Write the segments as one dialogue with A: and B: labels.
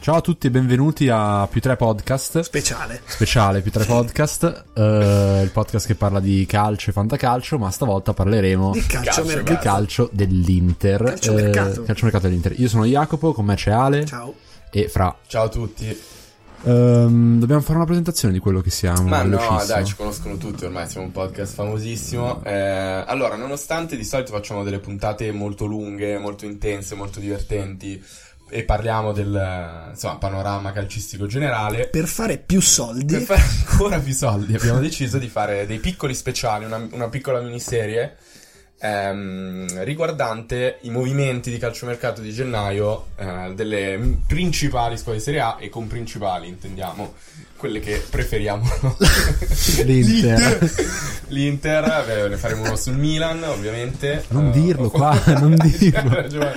A: Ciao a tutti e benvenuti a Più 3 Podcast.
B: Speciale.
A: Speciale Più 3 Podcast, eh, il podcast che parla di calcio e fantacalcio, ma stavolta parleremo
B: Di
A: di
B: calcio,
C: Oh, Calcio,
B: a mercato.
C: mercato.
A: calcio dell'Inter.
B: Calciomercato.
A: calciomercato dell'Inter. Io sono Jacopo, con me c'è Ale
B: Ciao.
A: e Fra.
C: Ciao a tutti.
A: Ehm, dobbiamo fare una presentazione di quello che siamo.
C: Ma no,
A: velocissimo.
C: dai, ci conoscono tutti ormai, siamo un podcast famosissimo. Eh, allora, nonostante di solito facciamo delle puntate molto lunghe, molto intense, molto divertenti e parliamo del eh, insomma, panorama calcistico generale,
B: Per fare più soldi,
C: per fare ancora più soldi abbiamo deciso di fare dei piccoli speciali, una, una piccola miniserie ehm, riguardante i movimenti di calciomercato di gennaio eh, delle principali squadre di Serie A e con principali intendiamo quelle che preferiamo
A: L'Inter.
C: L'Inter, beh, ne faremo uno sul Milan, ovviamente.
A: Non
C: Eh,
A: dirlo
C: o-
A: qua, non dirlo.
C: Eh, Giovanni,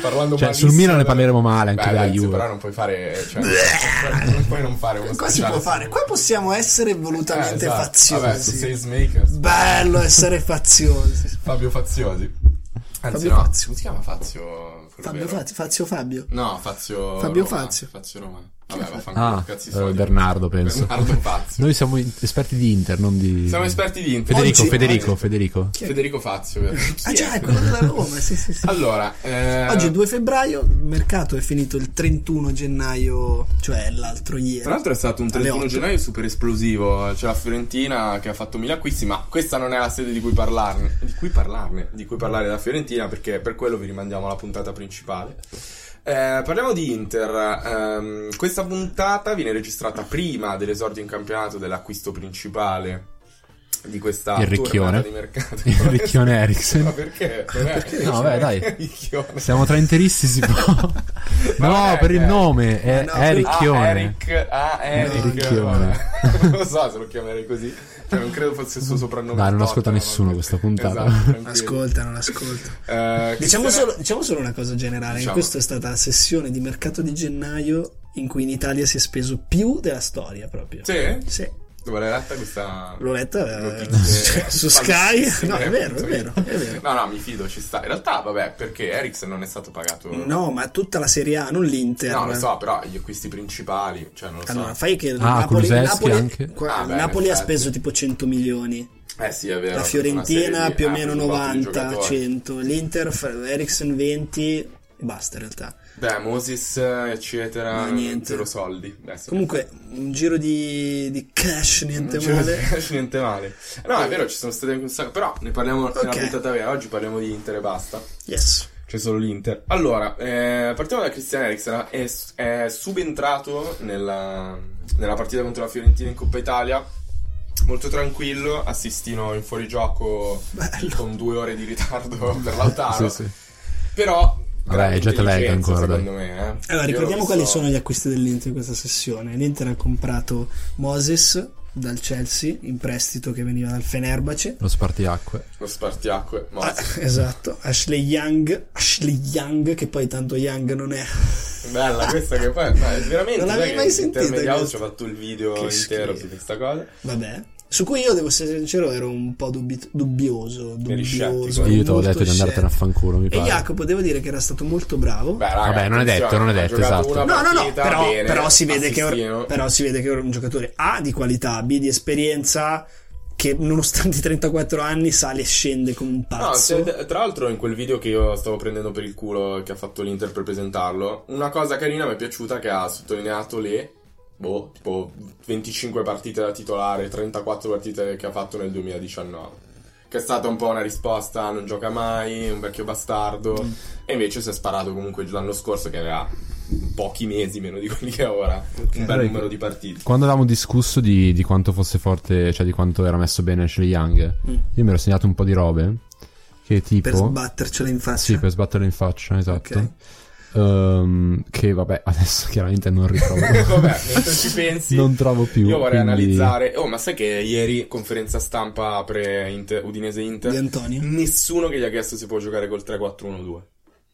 C: Parlando
A: Cioè,
C: malissimo
A: sul Milan ne
C: della-
A: parleremo male, anche
C: Beh,
A: della
C: ragazzi,
A: Juve.
C: Però non puoi fare. Cioè, non, puoi, non puoi non fare uno
B: qua si
C: speciale
B: può
C: sul-
B: fare. Qua possiamo essere
C: esatto. Eh,
B: volutamente
C: esatto. Vabbè, su
B: faziosi.
C: Sales Makers.
B: Bello essere faziosi.
C: Fabio Faziosi. Anzi,
B: Fabio
C: no,
B: Fazio.
C: Come si chiama Fazio? quello
B: Fabio
C: vero?
B: Fazio, Fazio Fabio.
C: No, Fazio.
B: Fabio
C: Roma.
B: Fazio.
C: Fazio Roma. Vabbè, vaffanculo,
A: Ah,
C: cazzi
A: eh,
C: suoi.
A: Bernardo, penso.
C: Bernardo Fazio.
A: Noi siamo in- esperti di Inter, non di...
C: Siamo esperti di Inter.
A: Federico,
B: Oggi-
A: Federico, Federico.
C: Federico Fazio. vero?
B: Ah,
C: Chi è?
B: già, è quello della Roma. Sì, sì, sì.
C: Allora, eh,
B: Oggi è 2 febbraio, il mercato è finito il 31 gennaio, cioè l'altro
C: Tra
B: ieri.
C: l'altro è stato un
B: Alle
C: 31
B: otto.
C: gennaio super esplosivo, c'è la Fiorentina che ha fatto 1000 acquisti, ma questa non è la sede di cui parlarne, di cui parlarne, di cui parlare della Fiorentina perché per quello vi rimandiamo alla puntata principale. Eh, parliamo di Inter, Ehm, questa puntata viene registrata prima dell'esordio in campionato dell'acquisto principale di questa
A: Il ricchione.
C: tornata di mercato.
A: Il ricchione Eriksen.
C: Ma perché? Non è-
A: No, beh, dai.
C: il ricchione.
A: Siamo tra interisti, si può.
C: Ma
A: no,
C: eh,
A: per il
C: eh.
A: nome è
B: No,
A: è Ricchione. Eh,
C: Ah, Eric. Ah, Eric.
A: Ricchione.
C: Vabbè. non lo so se lo chiamerei così. Cioè, non credo fosse il suo soprannome.
A: Dai, non
C: di
A: ascolta
C: Tottenham,
A: nessuno
C: ma-
A: questa puntata.
C: Esatto, tranquillo.
B: Ascolta, non ascolta.
C: Eh,
B: Diciamo
C: Cristiano-
B: solo, diciamo solo una cosa generale,
C: Diciamo.
B: che questa è stata la sessione di mercato di gennaio in cui in Italia si è speso più della storia proprio.
C: Sì?
B: Sì.
C: Dove l'hai letta questa...
B: L'ho letta eh,
C: Notizie
B: su Sky.
C: falsissime.
B: No, è vero, è vero, è vero.
C: No, no, mi fido, ci sta. In realtà, vabbè, perché Eriksen non è stato pagato...
B: No, ma tutta la Serie A, non l'Inter.
C: No, lo so, però gli acquisti principali, cioè, non lo so.
B: Allora, fai che il
A: Ah,
B: Napoli, il
A: Kulusevski
B: Napoli-
A: anche?
B: qua-
C: Ah,
B: il
C: beh,
B: Napoli
C: in
B: ha
C: effetti.
B: speso tipo 100 milioni,
C: Eh sì, è vero.
B: la
C: una
B: Fiorentina
C: serie di-
B: più o
C: ah,
B: meno cioè-
C: preso un botto di
B: 90,
C: giocatori.
B: 100, l'Inter, Ericsson 20 e basta in realtà.
C: Beh, Moses, eccetera,
B: No, niente.
C: zero soldi. Beh, sì.
B: Comunque, un giro di, di cash, niente
C: Non c'è-
B: male.
C: niente male. No, è vero, ci sono state anche un sacco. Però ne parliamo nella
B: Ok.
C: puntata vera. Oggi parliamo di Inter e basta.
B: Yes.
C: C'è solo l'Inter. Allora, eh, partiamo da Christian Eriksen. È, è subentrato nella, nella partita contro la Fiorentina in Coppa Italia. Molto tranquillo, assistino in fuorigioco
B: Bello.
C: con due ore di ritardo per Lautaro.
A: Sì, sì.
C: Però.
A: Vabbè,
C: grande
A: è jet lag
C: intelligenza,
A: ancora,
C: secondo me. eh.
B: Allora,
C: Io
B: ricordiamo
C: l'ho
B: quali
C: visto-
B: sono gli acquisti dell'Inter in questa sessione. L'Inter ha comprato Moses dal Chelsea in prestito che veniva dal Fenerbahce.
A: Lo spartiacque.
C: Lo spartiacque.
B: Ah,
C: Moses.
B: esatto, Ashley Young, Ashley Young, che poi tanto Young non è.
C: Bella questa che poi ma è veramente
B: Non
C: sai
B: l'avevi
C: che
B: mai sentita
C: Intermediaus
B: questa?
C: ci ha fatto il video
B: Che
C: intero
B: schifo.
C: su questa cosa.
B: Vabbè. Su cui io devo essere sincero, ero un po' dubbi- dubbioso.
C: Eri
B: dubbioso
C: scettico.
A: Io ti avevo
B: molto
A: detto di andartene a
B: scettico.
A: fanculo, mi
B: E
A: pare.
B: Jacopo, devo dire che era stato molto bravo.
C: Beh, raga,
A: Vabbè, non è
C: attenzione,
A: detto, non è
C: ha
A: detto,
C: giocato
A: esatto.
C: una
B: No, no, no,
C: partita,
B: però,
C: bene,
B: però si vede che
C: assistino.
B: or- però si vede che ora è un giocatore A di qualità, B di esperienza, che nonostante i 34 anni sale e scende come un
C: No,
B: pazzo.
C: se- tra l'altro in quel video che io stavo prendendo per il culo che ha fatto l'Inter per presentarlo, una cosa carina mi è piaciuta che ha sottolineato le boh, tipo 25 partite da titolare, 34 partite che ha fatto nel 2019. Che è stata un po' una risposta, non gioca mai, un vecchio bastardo. E invece si è sparato comunque l'anno scorso che aveva pochi mesi meno di quelli che ha ora. Un bel
A: Guarda
C: numero
A: che-
C: di partite.
A: Quando avevamo discusso di, di quanto fosse forte, cioè di quanto era messo bene Ashley Young,
B: Mm.
A: io mi ero segnato un po' di robe. Che tipo.
B: per sbattercela in faccia.
A: Sì, per sbatterlo in faccia, esatto.
B: Ok.
A: Ehm, che vabbè, adesso chiaramente non ritrovo.
C: Vabbè, mentre ci pensi.
A: non trovo più.
C: Io vorrei
A: quindi-
C: analizzare. Oh, ma sai che ieri conferenza stampa pre Udinese
B: Di
C: Inter?
B: Antonio
C: Nessuno che gli ha chiesto se può giocare col 3-4-1-2.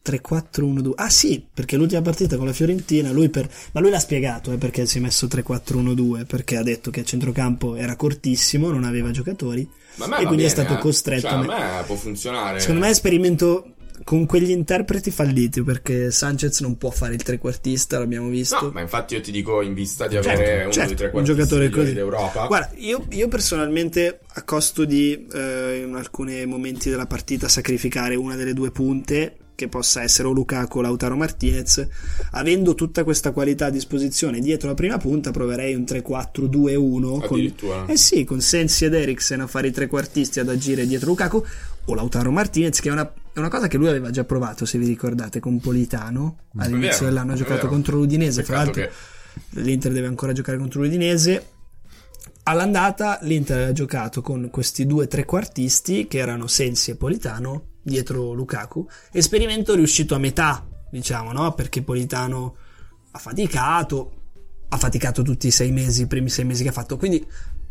B: 3-4-1-2. Ah sì, perché l'ultima partita con la Fiorentina, lui per... ma lui l'ha spiegato eh, perché si è messo 3-4-1-2, perché ha detto che a centrocampo era cortissimo, non aveva giocatori.
C: Ma a me
B: E
C: va
B: quindi è
C: bene,
B: stato
C: eh.
B: costretto
C: Cioè,
B: a
C: a
B: me-
C: me può funzionare.
B: Secondo me è esperimento con quegli interpreti falliti perché Sanchez non può fare il trequartista, l'abbiamo visto.
C: No, ma infatti io ti dico in vista di
B: Certo,
C: avere uno
B: certo,
C: dei tre
B: un giocatore così.
C: d'Europa.
B: Guarda, io, io personalmente a costo di eh, in alcuni momenti della partita sacrificare una delle due punte, che possa essere o Lukaku o Lautaro Martinez, avendo tutta questa qualità a disposizione dietro la prima punta, proverei un 3-4-2-1 con
C: addirittura.
B: eh sì, con Sensi ed Eriksen a fare i trequartisti ad agire dietro Lukaku o Lautaro Martinez, che è una, è una cosa che lui aveva già provato, se vi ricordate, con Politano all'inizio
C: vero,
B: dell'anno ha
C: è
B: giocato
C: vero.
B: contro l'Udinese, fra
C: Peccato
B: l'altro
C: che
B: l'Inter deve ancora giocare contro l'Udinese. All'andata l'Inter aveva giocato con questi due trequartisti che erano Sensi e Politano dietro Lukaku. Esperimento riuscito a metà, diciamo, no? Perché Politano ha faticato, ha faticato tutti i sei mesi, i primi sei mesi che ha fatto. Quindi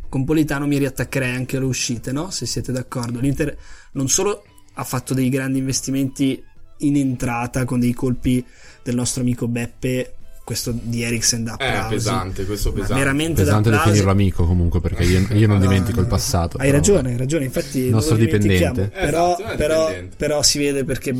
B: con Politano mi riattaccherei anche alle uscite, no? Se siete d'accordo. L'Inter non solo ha fatto dei grandi investimenti in entrata con dei colpi del nostro amico Beppe, questo di Eriksen da
C: è
B: applausi.
C: Eh, pesante, questo
B: Ma
C: pesante.
B: veramente
A: Pesante
B: da applausi.
A: definirlo amico comunque perché io, io non
C: No,
A: dimentico
B: no,
A: il passato.
B: Hai
A: però-
B: ragione, hai ragione, infatti non lo
A: nostro
B: dimentichiamo.
A: dipendente.
B: Però,
C: Esatto, è un
B: però-
C: dipendente.
B: però si vede perché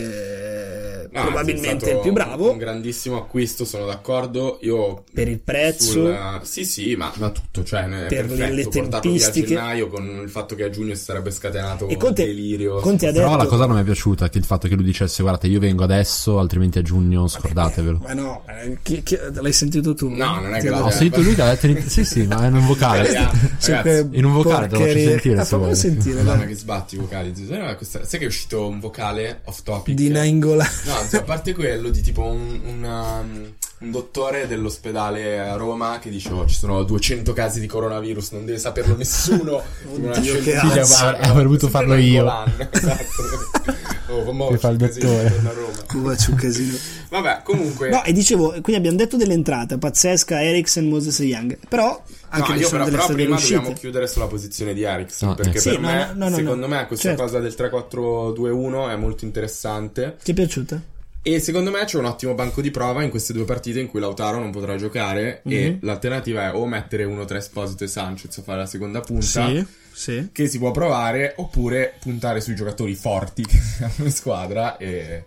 B: Beppe eh,
C: No, anzi,
B: probabilmente
C: è
B: è il più
C: stato
B: bravo
C: Un grandissimo acquisto, sono d'accordo. Io
B: per il prezzo.
C: Sulla- Sì, sì, ma, ma tutto, cioè, ne- è
B: Per
C: perfetto,
B: le
C: portarlo via a
B: tempistiche.
C: gennaio con il fatto che a giugno si sarebbe scatenato
B: E Conte,
C: un delirio.
B: Conte ha detto...
A: Però la cosa non mi è piaciuta, che il fatto che lui dicesse guardate io vengo adesso, altrimenti a giugno scordatevelo.
B: Ma no, eh, chi- chi- l'hai sentito tu?
C: No, non è
B: Ti
C: che
B: ho
C: l'ho
A: Ho
B: detto.
A: sentito lui che ha detto in- sì sì, ma in un vocale.
C: Ragazzi,
B: Cioè,
C: ragazzi,
B: que-
A: in un vocale te lo faccio
B: porcherie.
A: sentire,
B: Ah,
A: se
B: fammelo
A: vuoi.
B: sentire,
C: Madonna
B: dai.
C: che sbatti i vocali. Zio. Eh, questa- Sai che è uscito un vocale off topic?
B: Di Nainggolan.
C: No, zio, a parte quello di tipo un, un, um, un dottore dell'ospedale a Roma che dice oh, ci sono 200 casi di coronavirus, non deve saperlo nessuno. Tipo una
B: Oddio, che
C: scientifica
B: ansia.
C: barba.
A: Avrei voluto
C: Sempre
A: farlo io.
C: Nainggolan, Esatto. Oh, mo,
A: Che fa il
C: c'è casino,
A: dottore.
C: torna a Roma.
B: Cuba c'è un casino.
C: Vabbè, comunque...
B: No, e dicevo, quindi abbiamo detto dell'entrata, pazzesca, Eriksen, Moses e Young. Però anche
C: no,
B: lì
C: io
B: sono
C: però,
B: delle state
C: però
B: delle
C: prima dobbiamo
B: uscite.
C: chiudere sulla posizione di Ericsson
A: No,
C: perché
A: eh.
B: Sì,
C: per
B: ma
C: me,
B: no, no, no,
C: secondo me questa
B: certo.
C: cosa del 3-4-2-1 è molto interessante
B: Ti è piaciuta?
C: e secondo me c'è un ottimo banco di prova in queste due partite in cui Lautaro non potrà giocare e
B: Mhm.
C: l'alternativa è o mettere uno tra Esposito e Sanchez a fare la seconda punta
B: Sì, sì.
C: che si può provare oppure puntare sui giocatori forti che hanno in squadra e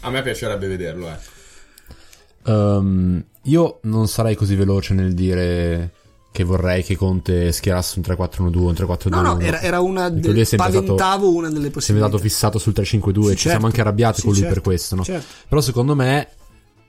C: a me piacerebbe vederlo eh.
A: Ehm, io non sarei così veloce nel dire che vorrei che Conte schierasse un 3-4-1-2, un 3-4-2.
B: No, no, era, era una
A: Perché
B: del-
A: lui è sempre stato-
B: paventavo una delle
A: Siamo
B: possibilità.
A: andato fissato sul 3-5-2,
B: Sì,
A: eh, ci siamo
B: certo.
A: anche arrabbiati
B: Sì,
A: con lui
B: certo.
A: per questo, no?
B: Certo.
A: Però secondo me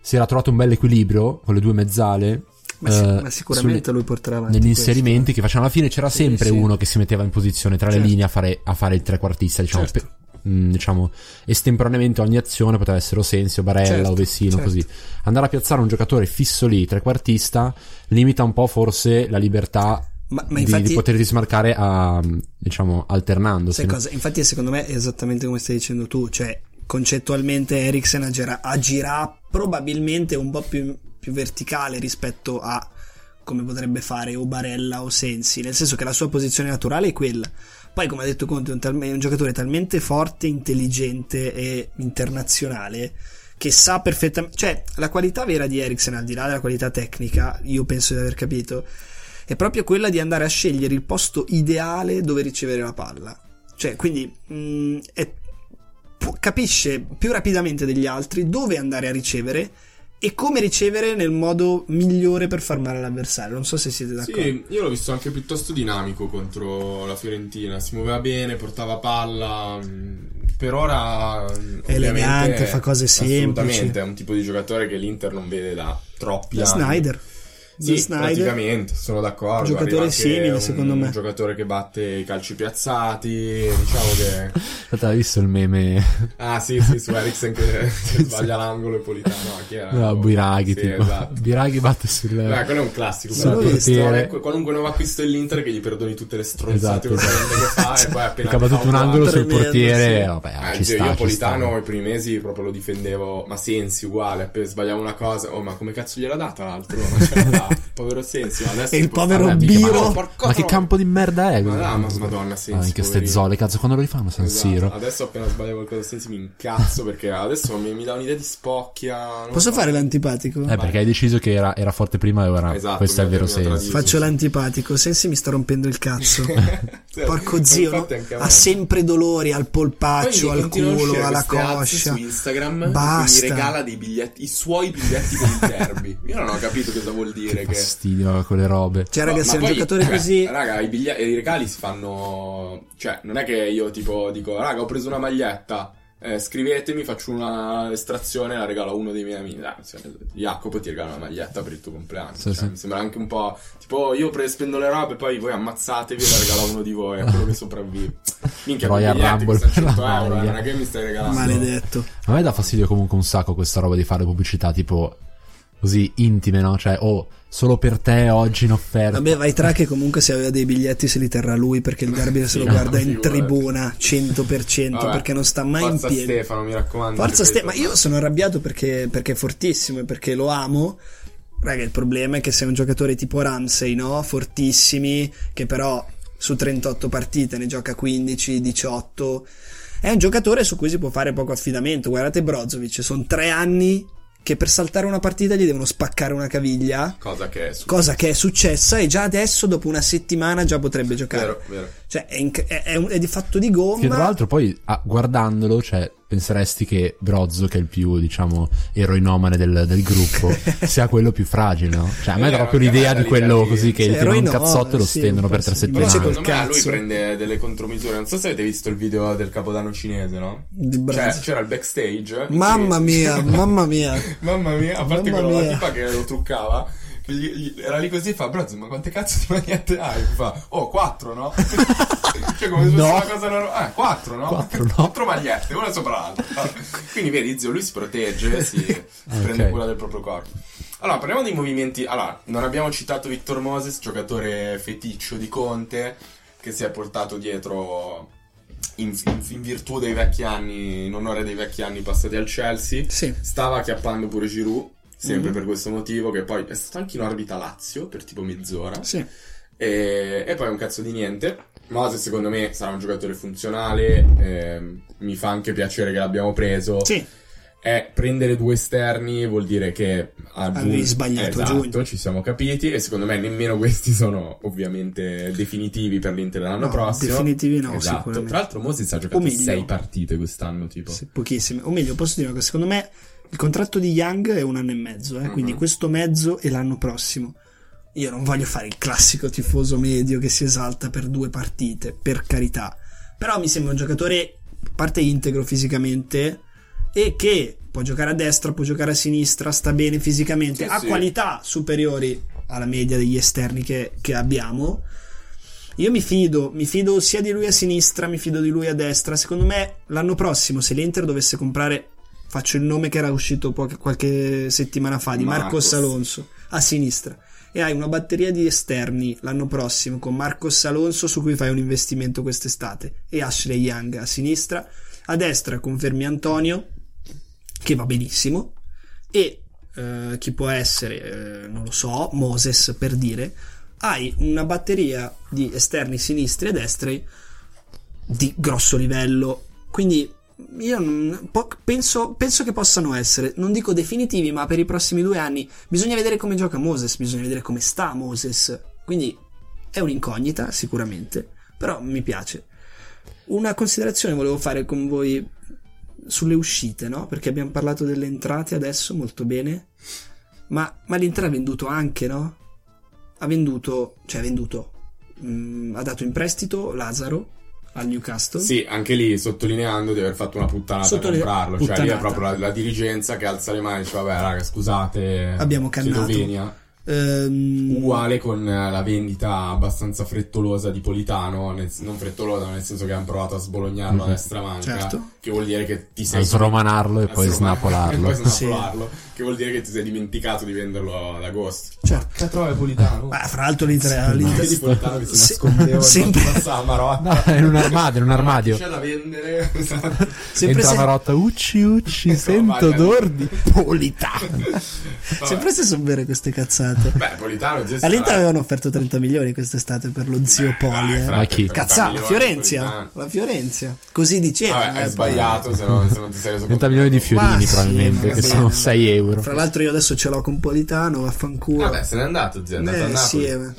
A: si era trovato un bel equilibrio con le due mezzale.
B: Ma, sì-
A: eh,
B: ma sicuramente
A: sulle-
B: lui porterà avanti
A: negli
B: questo.
A: inserimenti che facevano alla fine c'era
B: Sì,
A: sempre
B: sì.
A: uno che si metteva in posizione tra le
B: Certo.
A: linee a fare, a fare il trequartista diciamo,
B: Certo.
A: pe- mh, diciamo estemporaneamente ogni azione poteva essere o Sensio, Barella
B: Certo,
A: o Vessino
B: certo.
A: così andare a piazzare un giocatore fisso lì trequartista limita un po' forse la libertà
B: Ma, ma
A: di,
B: infatti,
A: di poterti smarcare a, diciamo alternandosi
B: sai
A: no?
B: cosa? Infatti, secondo me è esattamente come stai dicendo tu. Cioè, concettualmente Eriksen agirà, agirà probabilmente un po' più, più verticale rispetto a come potrebbe fare o Barella o Sensi. Nel senso che la sua posizione naturale è quella. Poi, come ha detto Conte, è un, talme- è un giocatore talmente forte, intelligente e internazionale che sa perfettamente. Cioè, la qualità vera di Eriksen, al di là della qualità tecnica, io penso di aver capito, è proprio quella di andare a scegliere il posto ideale dove ricevere la palla. Cioè, quindi mh, è- pu- capisce più rapidamente degli altri dove andare a ricevere e come ricevere nel modo migliore per far male all'avversario. Non so se siete d'accordo.
C: Sì, io l'ho visto anche piuttosto dinamico contro la Fiorentina. Si muoveva bene, portava palla. mh, Per ora. mh,
B: È elegante,
C: ovviamente,
B: fa cose semplici.
C: Assolutamente, è un tipo di giocatore che l'Inter non vede da troppi
B: Da
C: anni.
B: Snyder.
C: Sì,
B: Da Snyder.
C: praticamente, sono d'accordo.
B: Giocatore
C: Arriva anche
B: simile,
C: un-
B: secondo me.
C: Un giocatore che batte i calci piazzati. Diciamo che.
A: Infatti, hai visto il meme
C: Ah, sì, sì, su Eriksen che che sbaglia l'angolo e Politano. No, chi era?
A: no, Biraghi
C: Eh, oh, Sì,
A: tipo.
C: esatto.
A: Biraghi batte sul
C: Beh, quello è un classico.
B: Sono
C: però,
B: visto.
C: qualunque- Qualunque nuovo acquisto dell'Inter che gli perdoni tutte le stronzate
A: Esatto, esatto.
C: urgenti che fa e poi appena
A: perché ha battuto un angolo sul
B: Tremendo,
A: portiere
B: sì.
A: vabbè ah,
C: Eh,
A: ci
C: zio,
A: sta
C: io
A: ci sta.
C: Politano i primi mesi proprio lo difendevo, ma Sensi uguale, appena sbagliavo una cosa, oh ma come cazzo gliel'ha data l'altro? Ma ce l'ha fatta. Povero Sensi. ma adesso
B: E il
C: tipo-
B: povero
C: Ah, beh,
A: mica,
B: Biro.
A: ma- Ma
C: porca
A: che
C: troia.
A: campo di merda è?
C: Ma no, ma madonna, sì,
A: Ah, anche ste
C: sicuri.
A: zole, cazzo, quando lo rifanno San
C: Esatto,
A: Siro?
C: Adesso appena sbaglio qualcosa Sensi mi incazzo perché adesso mi, mi dà un'idea di spocchia. non
B: Posso
C: so.
B: fare l'antipatico?
A: Eh, perché hai deciso che era, era forte prima e ora
C: Esatto,
A: questo è il
C: mi ha
A: vero
C: terminato la
A: senso.
B: Faccio
C: sì.
B: l'antipatico, Sensi mi sta rompendo il cazzo.
C: Sì,
B: Porco
C: ma
B: zio,
C: infatti
B: no?
C: anche a
A: Ah,
C: me.
B: ha sempre dolori al polpaccio,
D: Poi mi
B: al
D: continuano a
B: culo,
D: uscire
B: alla
D: queste azze
B: coscia.
D: su Instagram in
B: Basta.
D: cui mi regala dei biglietti, i suoi biglietti con i derby. Io non ho capito cosa vuol dire
A: Che
D: che
A: fastidio quelle robe.
B: Cioè,
D: No,
B: raga,
D: ma
B: se un
D: poi,
B: giocatore
D: cioè,
B: così.
D: Raga, i, biglia- i regali si fanno.
C: Cioè, non è che io tipo dico, raga, ho preso una maglietta. eh, scrivetemi, faccio una estrazione e la regalo a uno dei miei amici. Ah, sì, Jacopo ti regala una maglietta per il tuo compleanno.
A: Sì,
C: Cioè,
A: sì.
C: Mi sembra anche un po' tipo io pre- spendo le robe, poi voi ammazzatevi e la regalo a uno di voi, a quello che sopravvive. Minchia, con
A: Royal
C: biglietti
A: Rumble
C: costano
A: per la
C: 100 euro, eh,
A: maglia.
C: non è che mi stai regalando.
B: Maledetto.
A: A me dà fastidio comunque un sacco questa roba di fare pubblicità tipo così intime, no? Cioè, oh, solo per te oggi in offerta.
B: Vabbè, vai tra che comunque se aveva dei biglietti se li terrà lui perché il derby se lo
C: Sì,
B: guarda in
C: figurati.
B: tribuna 100%
C: Vabbè,
B: perché non sta mai in
C: Forza
B: piedi.
C: Stefano, mi raccomando.
B: Forza Ste,
C: ripeto.
B: ma io sono arrabbiato perché, perché è fortissimo e perché lo amo. Raga, il problema è che sei un giocatore tipo Ramsey, no? Fortissimi, che però su 38 partite ne gioca 15, 18. È un giocatore su cui si può fare poco affidamento. Guardate Brozovic, sono tre anni che per saltare una partita gli devono spaccare una caviglia,
C: Cosa che è super.
B: cosa che è successa e già adesso dopo una settimana già potrebbe giocare.
C: Vero, vero.
B: Cioè, è, inc- è- è un- è di fatto di
A: Che tra
B: gomma.
A: l'altro poi ah, guardandolo, cioè, penseresti che Brozzo, che è il più, diciamo, eroinomane del, del gruppo, sia quello più fragile, no? Cioè, a me
C: Eh,
A: dà proprio
C: anche a me
A: l'idea di
C: lì,
A: quello
C: lì.
A: così che
B: Cioè,
A: gli tirano un
B: eroinomane,
A: cazzotto e lo
B: sì,
A: stendono
B: un po'
A: per tre
B: sì. Invece
A: settimane.
B: col
C: Secondo me lui
B: cazzo.
C: prende delle contromisure. Non so se avete visto il video del capodanno cinese, no?
B: Di
C: Cioè,
B: Brozovic.
C: c'era il backstage.
B: Mamma
C: Sì.
B: mia, mamma mia.
C: Mamma mia, a parte
B: Mamma
C: quello la
B: mia.
C: tipa che lo truccava. che gli- gli- era lì così e fa Brazzo ma quante cazzo di magliette hai? fa oh quattro no? cioè come se fosse
A: No.
C: una cosa normale eh quattro no?
A: Quattro, no.
C: Quattro magliette una sopra l'altra quindi vedi zio lui si protegge si, si prende
A: Eh, Ok.
C: cura del proprio corpo allora parliamo dei movimenti allora non abbiamo citato Victor Moses giocatore feticcio di Conte che si è portato dietro in- in- in virtù dei vecchi anni in onore dei vecchi anni passati al Chelsea
B: Sì.
C: Stava acchiappando pure Giroud, sempre
B: Mhm.
C: per questo motivo, che poi è stato anche in orbita Lazio per tipo mezz'ora.
B: Sì.
C: E, e poi un cazzo di niente. Moses secondo me sarà un giocatore funzionale, ehm, mi fa anche piacere che l'abbiamo preso.
B: Sì.
C: Eh, prendere due esterni vuol dire che a
B: Avevi
C: giugno-
B: sbagliato
C: esatto,
B: giugno.
C: ci siamo capiti e secondo me nemmeno questi sono ovviamente definitivi per l'Inter l'anno
B: No,
C: prossimo.
B: definitivi no,
C: esatto.
B: sicuramente.
C: Tra l'altro Moses ha giocato
B: Umilio.
C: sei partite quest'anno tipo.
B: Sì, pochissime. O meglio, posso dire una cosa, secondo me il contratto di Young è un anno e mezzo, eh, quindi
C: Mhm.
B: questo mezzo e l'anno prossimo. Io non voglio fare il classico tifoso medio che si esalta per due partite, per carità. Però mi sembra un giocatore, a parte integro fisicamente, e che può giocare a destra, può giocare a sinistra, sta bene fisicamente,
C: Sì,
B: ha
C: sì.
B: qualità superiori alla media degli esterni che, che abbiamo. Io mi fido, mi fido sia di lui a sinistra, mi fido di lui a destra. Secondo me l'anno prossimo, se l'Inter dovesse comprare, faccio il nome che era uscito poche- qualche settimana fa, di Marcos
C: Marcos.
B: Alonso, a sinistra. E hai una batteria di esterni l'anno prossimo con Marcos Alonso su cui fai un investimento quest'estate e Ashley Young a sinistra, a destra confermi Antonio che va benissimo e eh, chi può essere, eh, non lo so, Moses per dire, hai una batteria di esterni sinistri e destri di grosso livello. Quindi io non- po- penso, penso che possano essere, non dico definitivi, ma per i prossimi due anni bisogna vedere come gioca Moses, bisogna vedere come sta Moses. Quindi è un'incognita sicuramente, però mi piace. Una considerazione volevo fare con voi sulle uscite, no? Perché abbiamo parlato delle entrate adesso molto bene, ma, ma l'Inter ha venduto anche, no? Ha venduto, cioè ha venduto, mm, ha dato in prestito Lazaro al Newcastle.
C: Sì, anche lì sottolineando di aver fatto una puttanata
B: Sottoline-
C: a comprarlo. Cioè, lì è
B: puttanata.
C: proprio la, la dirigenza che alza le mani e dice: Vabbè, raga, scusate.
B: Abbiamo cannato."
C: Slovenia.
B: Ehm,
C: Uguale con eh, la vendita abbastanza frettolosa di Politano. nel- non frettolosa, ma nel senso che hanno provato a sbolognarlo
A: Mhm.
C: a destra manca.
B: Mm-hmm. Certo.
C: che vuol dire che ti sei...
A: a sromanarlo e
C: a
A: poi
C: sromanare-
A: snapolarlo.
C: e poi snapolarlo, che vuol dire che ti sei dimenticato di venderlo ad agosto.
B: Certo.
D: Catrova Politano.
B: Ma fra l'altro l'Inter...
C: Io
B: l'Inter-
C: di Politano mi si
B: Se-
C: nascondeva
B: sempre-
C: sempre passava Marotta.
A: No, in un armadio, in un armadio.
C: C'è da vendere. esatto.
B: sempre
A: Entra
B: se-
A: una rotta, ucci, ucci, sento
C: vai, vai.
A: d'or di Politano.
B: Sempre se so bere queste cazzate.
C: Beh, Politano zio, eh,
B: All'Inter
C: sarà-
B: avevano offerto 30 milioni quest'estate per lo zio Poli.
C: Dai,
B: eh.
C: fra-
A: Ma chi?
C: 30
B: Cazzata, la
C: milioni,
B: Fiorenzia.
C: Politano.
B: La Fiorenzia. Così diceva.
C: Vabbè,
B: eh,
C: hai
B: poi-
C: sbagliato se non, se non ti sei reso
A: 30
C: conto.
A: milioni di
B: Ma
A: fiorini
B: sì,
A: probabilmente,
B: va
A: che
B: bene.
A: sono 6 euro.
B: Fra l'altro io adesso ce l'ho con Politano, vaffanculo.
C: Vabbè, se n'è andato, zio, è andato a
B: Eh, sì,
C: Napoli.
B: eh, ma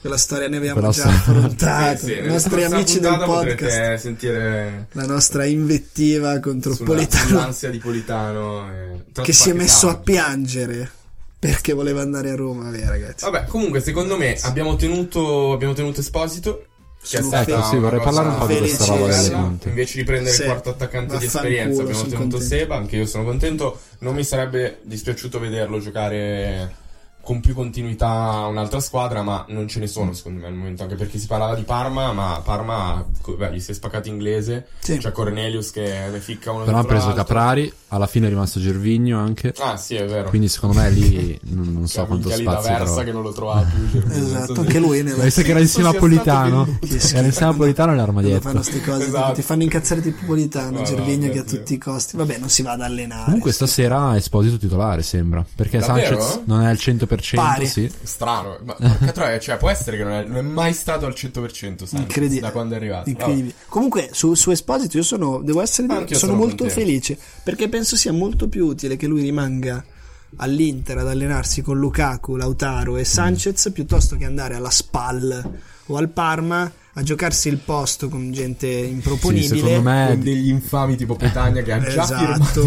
B: quella storia ne abbiamo
A: Però
B: già
A: sì.
C: Eh,
B: affrontato.
C: sì,
B: I
C: nella
B: nostri
C: scorsa
B: amici del
C: puntata
B: podcast.
C: potrete sentire
B: La nostra invettiva contro
C: sulla-
B: Politano
C: sull'ansia di Politano eh,
B: che si è messo a
C: traspacchettando.
B: piangere perché voleva andare a Roma. Vabbè, ragazzi.
C: Vabbè, comunque, secondo me abbiamo tenuto, abbiamo tenuto Esposito. Che è
B: Sono
C: stata
B: fe-
A: Sì, vorrei
C: una cosa
A: parlare un po' di
B: questa roba delle
C: bella.
A: punte.
C: Invece di prendere
B: Sì,
C: il quarto attaccante di
B: vaffanculo,
C: esperienza, abbiamo
B: sono
C: tenuto
B: contento.
C: Seba. Anche io sono contento. Non mi sarebbe dispiaciuto vederlo giocare con più continuità a un'altra squadra, ma non ce ne sono, secondo me, al momento. Anche perché si parlava di Parma, ma Parma co- beh, gli si è spaccato inglese.
B: Sì.
C: C'è Cornelius che ne ficca uno
A: Però ha
C: dentro
A: preso
C: l'altro.
A: Caprari, alla fine è rimasto Gervigno anche.
C: Ah, sì, è vero.
A: Quindi secondo me lì non, non so
C: Cioè,
A: quanto
C: minchia lì
A: spazio
C: da Versa
A: trova.
C: che non lo trovava più. Gervinho. Non so
B: Esatto,
C: se-
B: anche lui ne
A: Ma visto che era insieme a
C: Penso sia stato
A: Politano,
B: Che schifo.
A: era insieme a Politano e
B: Dove
A: l'armadietto.
B: fanno queste cose?
C: Esatto.
B: Ti fanno incazzare di Politano,
C: Vabbè,
B: Gervigno che a
C: oddio.
B: tutti i costi. Vabbè, non si va ad allenare.
A: Comunque stasera è Esposito titolare, sembra. Perché
C: Davvero?
A: Sanchez non è al 100%,
B: Pari.
A: sì.
C: Strano, ma porca troia, cioè può essere che non è, non è mai stato al 100% Sanchez,
B: Incredibile.
C: eh, da quando è arrivato.
B: Cioè, Incredibile. Comunque, su, su Esposito, io sono, devo essere,
C: Anch'io
B: sono,
C: sono
B: molto
C: contento.
B: felice perché penso sia molto più utile che lui rimanga all'Inter ad allenarsi con Lukaku, Lautaro e
C: Mm.
B: Sanchez piuttosto che andare alla Spal o al Parma a giocarsi il posto con gente improponibile.
A: Sì, secondo me-
C: Vabbè. Con degli infami tipo Petagna che ha già
B: Esatto,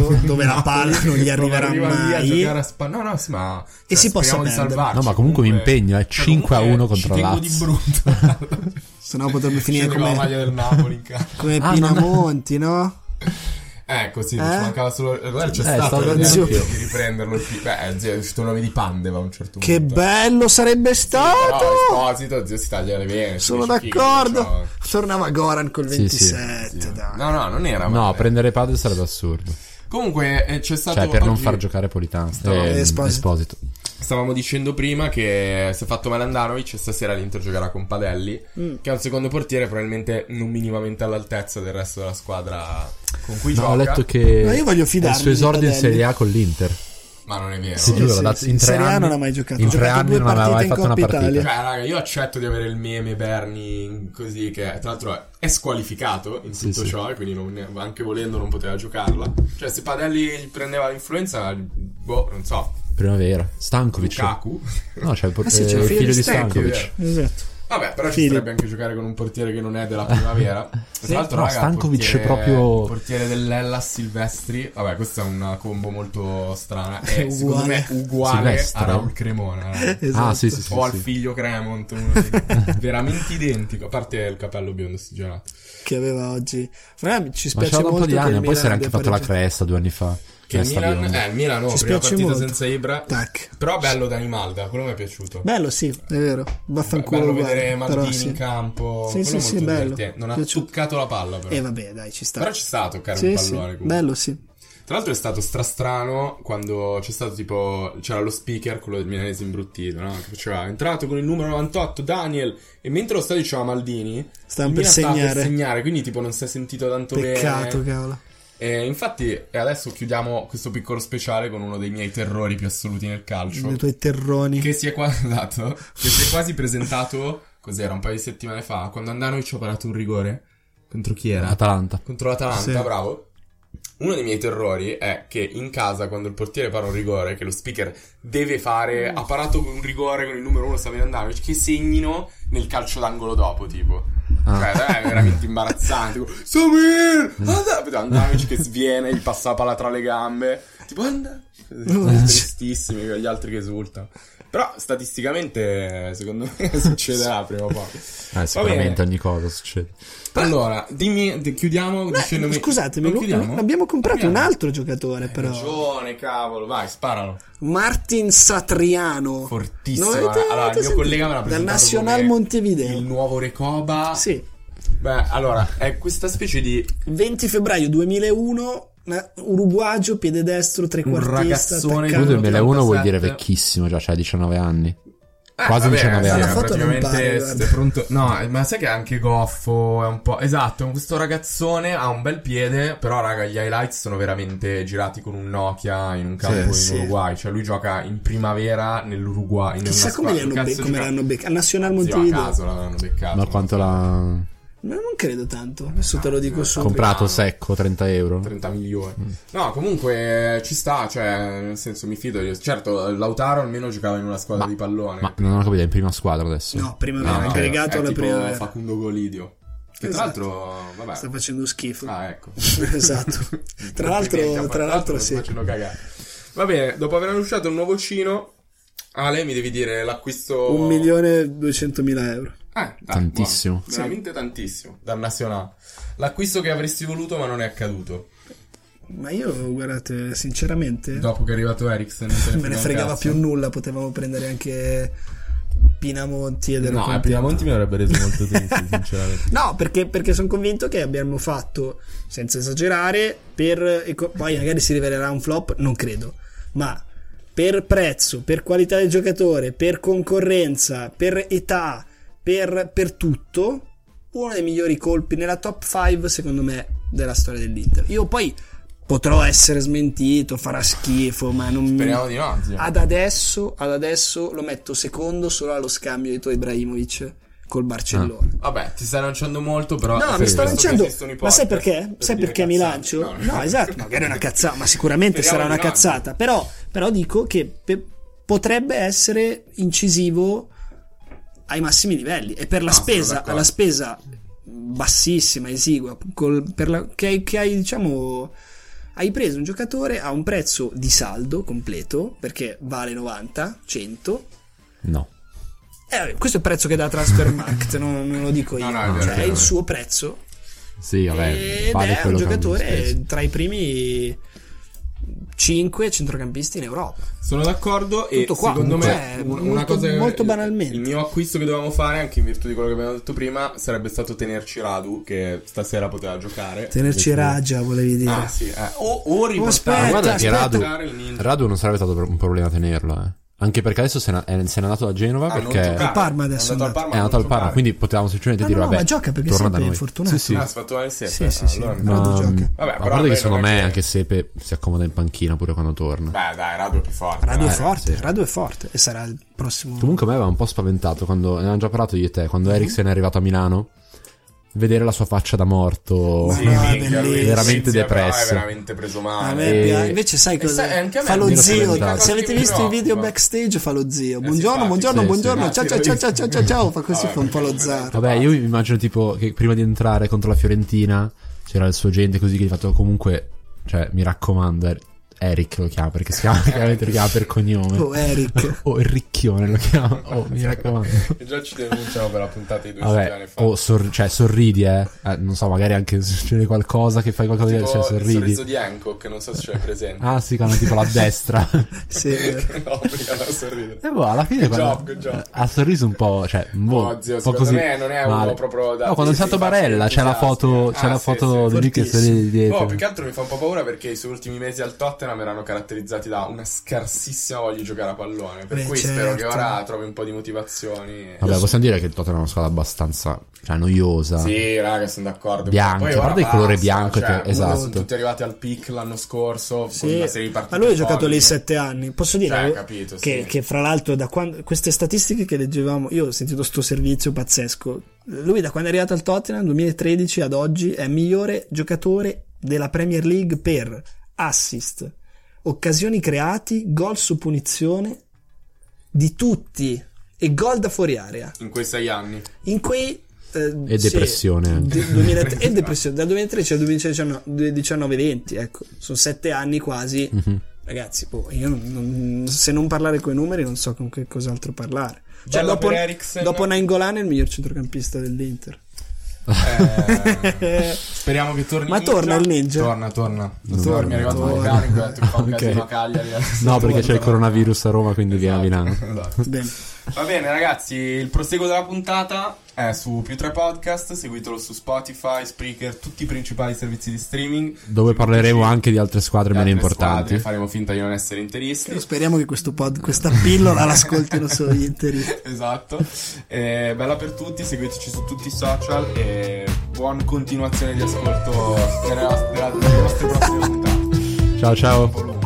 C: firmato
B: dove la palla non gli arriverà
C: Arriva lì a
B: mai.
C: giocare a Spa- No, no, sì, ma cioè,
B: E si possa
C: speriamo di
B: perdere.
C: salvarci.
A: No, ma comunque mi impegno, eh,
C: Cioè,
A: 5 a 1
C: comunque
A: contro
C: ci
A: la
C: tengo
A: Lazio.
C: di brutto.
B: Sennò potrebbe finire
C: Scende con la
B: come,
C: maglia del Napoli in casa.
B: come
A: Ah,
B: Pinamonti, no?
C: Ecco, sì, ci
B: Eh?
C: mancava solo. Guarda, c'è
A: Eh,
C: stato
A: stavo
C: l'idea
A: zio.
C: di riprenderlo. il pi- Beh, zio, è uscito il nome di Pandeva a un certo
B: Che
C: punto.
B: bello sarebbe
C: Però
B: stato!
C: Esposito, zio, si taglia le vene. si
B: Sono
C: dice, "Figo, cioè,
B: d'accordo.
C: ciao".
B: Tornava Goran col
A: Sì, sì.
B: 27. dai.
C: No, no, non era
A: No,
C: male.
A: prendere Padre sarebbe assurdo.
C: Comunque eh, c'è stato
A: Cioè, per non
C: oggi-
A: far giocare Politano.
C: No,
A: eh,
B: Esposito.
A: Esposito.
C: Stavamo dicendo prima che si è fatto male Andanovic e stasera l'Inter giocherà con Padelli, che è un secondo portiere probabilmente non minimamente all'altezza del resto della squadra con cui
A: No,
C: gioca.
A: ho letto che
B: Ma io voglio
A: è il
B: fidarmi
A: suo
B: di
A: esordio in
B: Padelli.
A: Serie A con l'Inter.
C: Ma non è vero.
A: Sì, giuro, da- in tre
B: Serie A
A: anni-
B: non ha mai giocato.
A: in
B: Ha
A: tre
B: giocato
A: anni
B: due
A: non aveva
B: partite
A: mai
B: in
A: fatto una
B: Coppa
A: partita.
B: Italia.
C: Cioè, raga, io accetto di avere il meme Berni così, che tra l'altro è- è squalificato in tutto
A: sì.
C: ciò, e quindi non- anche volendo non poteva giocarla. Cioè, se Padelli gli prendeva l'influenza, boh, non so,
A: Primavera. Stankovic.
C: Lukaku.
A: No, c'è il, por-
B: Ah, sì,
A: eh,
B: c'è il
A: il
B: figlio
A: figlio
B: di
A: di
B: Stankovic.
A: Stankovic.
B: Esatto.
C: Vabbè, però ci
B: Fili.
C: potrebbe anche giocare con un portiere che non è della primavera. Tra l'altro,
A: No,
C: raga,
A: Stankovic
C: portiere-
A: proprio-
C: Portiere dell'Ellas Silvestri. Vabbè, questa è una combo molto strana.
B: È
C: È secondo
B: uguale.
C: me uguale
A: Silvestre.
C: a Raul Cremona. raga.
B: Esatto.
A: Ah, sì, sì, sì.
C: o al
A: sì.
C: figlio Cremont. uno dei- veramente identico. A parte il capello biondo ossigenato.
B: Che aveva oggi. Fra me ci
A: Ma
B: spiace
A: c'era da un
B: molto
A: po' di
B: che il
A: anni, poi
B: Milan
A: si era anche
B: abbia
A: fatto la
B: pareggiato.
A: cresta due anni fa.
C: Che il
A: Cresta
C: Milan,
A: bionda.
C: eh, il Milan no,
B: Ci
C: prima
B: spiace
C: partita
B: molto.
C: senza Ibra.
B: Tac.
C: Però bello da Imalda, quello mi è piaciuto.
B: Bello, sì, è vero. Vaffanculo.
C: bello
B: guarda,
C: vedere
B: però
C: Maldini
B: sì.
C: in campo.
B: Sì,
C: quello
B: sì, sì,
C: molto
B: bello.
C: divertente. Non ha
B: Piaciuto.
C: toccato la palla, però.
B: E Eh, vabbè, dai, ci sta.
C: Però ci sta a toccare un
B: sì, sì.
C: pallone comunque.
B: Bello, sì.
C: Tra l'altro è stato strastrano quando c'è stato tipo. C'era lo speaker, quello del milanese imbruttito, no? Che faceva "È entrato con il numero 98 Daniel. E mentre lo sta diceva Maldini.
B: Stavano
C: il
B: per
C: Milan stava
B: segnare.
C: segnare, quindi tipo non si è sentito tanto
B: Peccato,
C: bene.
B: cavolo.
C: E infatti, e adesso chiudiamo questo piccolo speciale con uno dei miei terrori più assoluti nel calcio.
B: I tuoi terroni.
C: Che si è quasi esatto, che si è quasi presentato. Cos'era? Un paio di settimane fa, quando Andanovic ci ha parato un rigore. Contro chi era?
A: Atalanta.
C: contro l'Atalanta,
B: Sì.
C: bravo. Uno dei miei terrori è che in casa, quando il portiere para un rigore, che lo speaker deve fare, ha parato con un rigore con il numero uno Savino Andanovic, che segnino nel calcio d'angolo dopo, tipo.
A: Ah. Mm.
C: Cioè, è veramente imbarazzante. tipo, Samir! Andanovic! Andanovic che sviene, gli passa la palla tra le gambe. Tipo, anda!
A: Mm.
C: Tristissimi, gli altri che esultano. Però, statisticamente, secondo me succederà prima o poi.
A: Eh, sicuramente ogni cosa succede.
C: Allora, dimmi, di- chiudiamo
B: Beh,
C: dicendomi...
B: scusatemi,
C: Non
B: lo-
C: chiudiamo?
B: abbiamo comprato
C: Chiudiamo. Eh,
B: un altro giocatore,
C: Hai
B: però.
C: ragione, cavolo, vai, sparalo.
B: Martin Satriano.
C: Fortissimo.
B: Non avete-
C: allora, il
B: avete
C: mio
B: sentito?
C: collega me l'ha
B: Dal
C: presentato
B: Nacional
C: come
B: Montevideo.
C: Il nuovo Recoba.
B: Sì.
C: Beh, allora, è questa specie di
B: 20 febbraio 2001, una- uruguagio, piede destro, trequartista.
D: ragazzone
A: Tu
B: attaccante.
D: del
A: 2001 vuol dire
D: 87.
A: vecchissimo, già cioioè 19 anni.
C: Eh,
A: Quasi
C: vabbè,
A: 19
C: sì,
A: anni.
B: La foto non
C: praticamente
B: pare, guarda.
C: è pronto- No, eh, ma sai che anche Goffo è un po'. Esatto, questo ragazzone ha un bel piede. Però, raga, gli highlights sono veramente girati con un Nokia in un campo
B: sì.
C: in Uruguay. Cioè, lui gioca in primavera nell'Uruguay. in
B: Chissà
C: una
B: come li
C: squadra-
B: hanno be-
C: cazzo di
B: come
C: ca-
B: l'hanno beccato. Al Nazionale
C: Zio, a
B: Montevideo.
C: caso l'hanno
B: Ah,
C: beccato.
A: Ma quanto l'ha
B: Ma non credo tanto. Adesso te lo dico
C: no,
B: su.
C: compl-
A: comprato secco 30 euro?
C: 30 milioni.
A: Mm.
C: No, comunque eh, ci sta, cioè, nel senso mi fido. di- Certo, Lautaro almeno giocava in una squadra
A: Ma-
C: di pallone.
A: Ma non ho capito, è in prima squadra adesso.
B: No,
C: No,
B: primavera,
C: no,
B: aggregato
C: è
B: alla
C: tipo eh,
B: primavera.
C: Facundo Golidio. Che
B: Esatto.
C: tra l'altro, vabbè.
B: Sta facendo schifo.
C: Ah, ecco.
B: esatto. Tra l'altro,
C: Complimenti,
B: tra l'altro
C: non
B: sì.
C: facendo cagare. Va bene, dopo aver annunciato un nuovo Cino, Ale mi devi dire l'acquisto...
B: 1.200.000 euro.
C: Eh, dai,
A: Tantissimo.
C: buono. Veramente
D: tantissimo.
C: dal Nazionale. L'acquisto che avresti voluto ma non è accaduto.
B: Ma io, guardate, sinceramente,
C: Dopo che è arrivato Eriksen non te
B: non me ne
C: frega un
B: fregava
C: cazzo.
B: più nulla. Potevamo prendere anche Pinamonti ed ero
D: No, a
B: contento.
D: Pinamonti mi avrebbe reso molto triste, sinceramente.
B: No, perché, sono convinto che abbiamo fatto, senza esagerare, per, e co- poi magari si rivelerà un flop, non credo, ma per prezzo, per qualità del giocatore, per concorrenza, per età, per, per tutto, uno dei migliori colpi nella top 5 secondo me della storia dell'Inter. Io poi potrò essere smentito, farà schifo, ma non...
C: Speriamo di no, zio.
B: Ad adesso, ad adesso lo metto secondo solo allo scambio di tuo Ibrahimovic col Barcellona.
C: Vabbè, ti stai lanciando molto, però...
B: No,
C: è
B: mi
C: per
B: sto
C: questo che
B: lanciando.
C: esistono i
B: Ma sai
C: podcast,
B: perché?
C: per
B: sai
C: dire
B: perché mi
C: cazzate.
B: lancio?
C: No,
B: No, esatto. Magari è una cazzata, ma sicuramente
C: Speriamo
B: sarà
C: di
B: una
C: no.
B: cazzata. Però, però dico che pe- potrebbe essere incisivo ai massimi livelli. E per la
C: No, sono
B: spesa,
C: d'accordo.
B: alla spesa bassissima, esigua, col- per la- che, hai- che hai, diciamo. Hai preso un giocatore a un prezzo di saldo completo perché vale 90, 100.
A: No.
B: Eh, vabbè, questo è il prezzo che dà Transfermarkt, non, non lo dico io.
C: No, no, è vero,
B: cioè,
C: è
B: è
C: vero.
B: il suo prezzo
A: Sì, vabbè,
B: ed
A: vale
B: Eh, è
A: quello che
B: un
A: hanno speso.
B: giocatore tra i primi 5 centrocampisti in Europa.
C: Sono d'accordo e
B: Tutto qua,
C: secondo
B: cioè,
C: me un- una
B: molto-
C: cosa che-
B: molto banalmente.
C: il mio acquisto che dovevamo fare anche in virtù di quello che abbiamo detto prima sarebbe stato tenerci Radu che stasera poteva giocare.
B: Tenerci Raggia, volevi dire.
C: Ah sì, eh. o, o
B: aspetta,
A: Ma
C: riportare
A: guarda che
B: aspetta.
A: Radu,
C: giocare il Milan.
A: Radu non sarebbe stato un problema tenerlo, eh. Anche perché adesso se n'è, è- se n'è andato da Genova
C: Ah, non
A: perché
C: giocare.
A: è
B: Al Parma adesso
C: è andato al
B: è
C: Parma,
A: andato
C: non
A: al Parma,
C: giocare.
A: quindi potevamo semplicemente
B: No,
A: dire
B: no, no,
A: vabbè,
B: ma gioca perché è
A: torna
B: sempre
A: da noi.
B: infortunato.
A: Sì, sì.
C: Ah, si è fatto male in sera.
B: Sì, sì, sì.
C: Allora,
A: Ma,
B: Radu gioca.
C: Vabbè,
A: a
C: però
A: parte
C: beh,
A: che secondo
C: non è
A: me
C: che-
A: anche Sepe si accomoda in panchina pure quando torna.
C: Beh, dai, Radu è più forte.
B: Radu è
C: dai.
B: forte,
A: sì.
B: Radu è forte e sarà il prossimo.
A: Comunque a me aveva un po' spaventato quando, ne avevamo già parlato io e te, quando
C: Mhm.
A: Eriksen è arrivato a Milano, vedere la sua faccia da morto.
B: Sì.
C: Sì,
B: No, è
C: minchia, lui-
B: bellissimo.
A: Veramente
C: Sì, però
A: depresso. Eh.
C: È veramente preso
B: A
C: male.
B: me
A: E-
B: piace- Invece, sai
C: e
B: cosa?
C: sai, anche a me
B: fa lo
A: mi ero
B: zio.
A: spaventato.
B: Se avete
C: Cosa che
B: visto i
C: mi
B: video
C: preoccupa?
B: backstage, fa lo zio. Buongiorno,
C: simpatico.
B: buongiorno,
A: Sì, sì.
B: buongiorno. Ciao,
C: Ah,
B: ciao,
C: sì,
B: ciao,
C: l'ho
B: ciao, ciao, ciao, ciao. Fa così,
C: Vabbè,
B: fa un po' lo
C: perché-
B: zaro.
A: Vabbè, io mi immagino tipo che prima di entrare contro la Fiorentina c'era il suo gente così che gli ha fatto comunque, cioè mi raccomando, Er- Eric lo chiama perché si chiama, chiaramente lo chiama per cognome.
B: Oh, Eric.
A: O Enricchione lo chiama. Oh, mi raccomando.
C: E già ci denunciano per la puntata di due settimane
A: Vabbè,
C: fa.
A: o sor- cioè, sorridi, eh. Eh, Non so, magari anche se succede qualcosa che fai qualcosa di
C: tipo
A: cioè,
C: il sorriso
A: sorridi.
C: di Hancock, non so se ce l'hai presente.
A: Ah, sì, quando tipo la destra. e
B: Sì, è vero.
C: no, perché non sorridere.
A: boh, alla fine
C: Good
A: quando-
C: job, good job.
A: ha sorriso un po', cioè, boh,
C: No, zio,
A: un po'
C: secondo
A: così.
C: me non è uno
A: male.
C: proprio da-
A: No, quando è stato
C: sì,
A: Barella
C: sì,
A: c'è la
C: entusiasta.
A: foto, c'è
C: Ah,
A: la
C: sì,
A: foto
C: sì. Oh,
A: di lui che sta lì dietro.
C: No, più che altro mi fa un po' paura perché i suoi ultimi mesi al Tottenham erano caratterizzati da una scarsissima voglia di giocare a pallone. Per
B: Beh,
C: cui
B: certo.
C: spero che ora trovi un po' di motivazioni. e-
A: Vabbè, possiamo dire che il Tottenham è una squadra abbastanza cioè, noiosa.
C: Sì, raga, sono d'accordo.
A: Bianca,
C: Poi
A: a parte
C: ora
A: il colore
C: basta,
A: bianco
C: cioè,
A: che- esatto.
C: Sono tutti arrivati al pic l'anno scorso con
B: Sì,
C: una serie di partite.
B: ma lui ha giocato
C: folli,
B: lì
C: no?
B: sette anni. Posso dire
C: Cioè,
B: eh,
C: capito,
B: che,
C: sì.
B: che fra l'altro, da quando, queste statistiche che leggevamo, io ho sentito sto servizio pazzesco. Lui, da quando è arrivato al Tottenham 2013 ad oggi, è migliore giocatore della Premier League per assist, occasioni creati, gol su punizione di tutti e gol da fuori area.
C: In quei sei anni.
B: In quei. eh,
A: E
B: sì,
A: depressione anche.
B: de- 2003 e depressione dal 2013 al 2019-20 ecco sono sette anni quasi
A: Mhm.
B: ragazzi boh, io non- non- se non parlare con i numeri non so con che cos'altro parlare cioè,
C: Bella
B: dopo,
C: per Eriksen.
B: dopo Nainggolan è il miglior centrocampista dell'Inter
C: Eh, Speriamo che torni.
B: Ma torna il ninja?
C: Torna, torna.
A: Non
C: Torna, mi è arrivato
B: torna.
C: un meccanico, ha detto che fa un
A: Ok.
C: casino a Cagliari. adesso
A: No,
C: torna.
A: perché c'è il coronavirus a Roma, quindi viene a Milano.
C: Esatto.
B: Bene.
C: Va bene, ragazzi, il proseguo della puntata è su più tre podcast. Seguitelo su Spotify, Spreaker, tutti i principali servizi di streaming.
A: Dove parleremo anche di altre squadre
C: di
A: meno
C: altre
A: importanti.
C: squadre, Faremo finta di non essere interisti.
B: Speriamo che questo pod, questa pillola l'ascoltino solo gli interisti.
C: esatto. Eh, bella per tutti, seguiteci su tutti i social e buona continuazione di ascolto nella- nella- nelle nostre prossime puntate.
A: Ciao ciao.
C: Buon lavoro.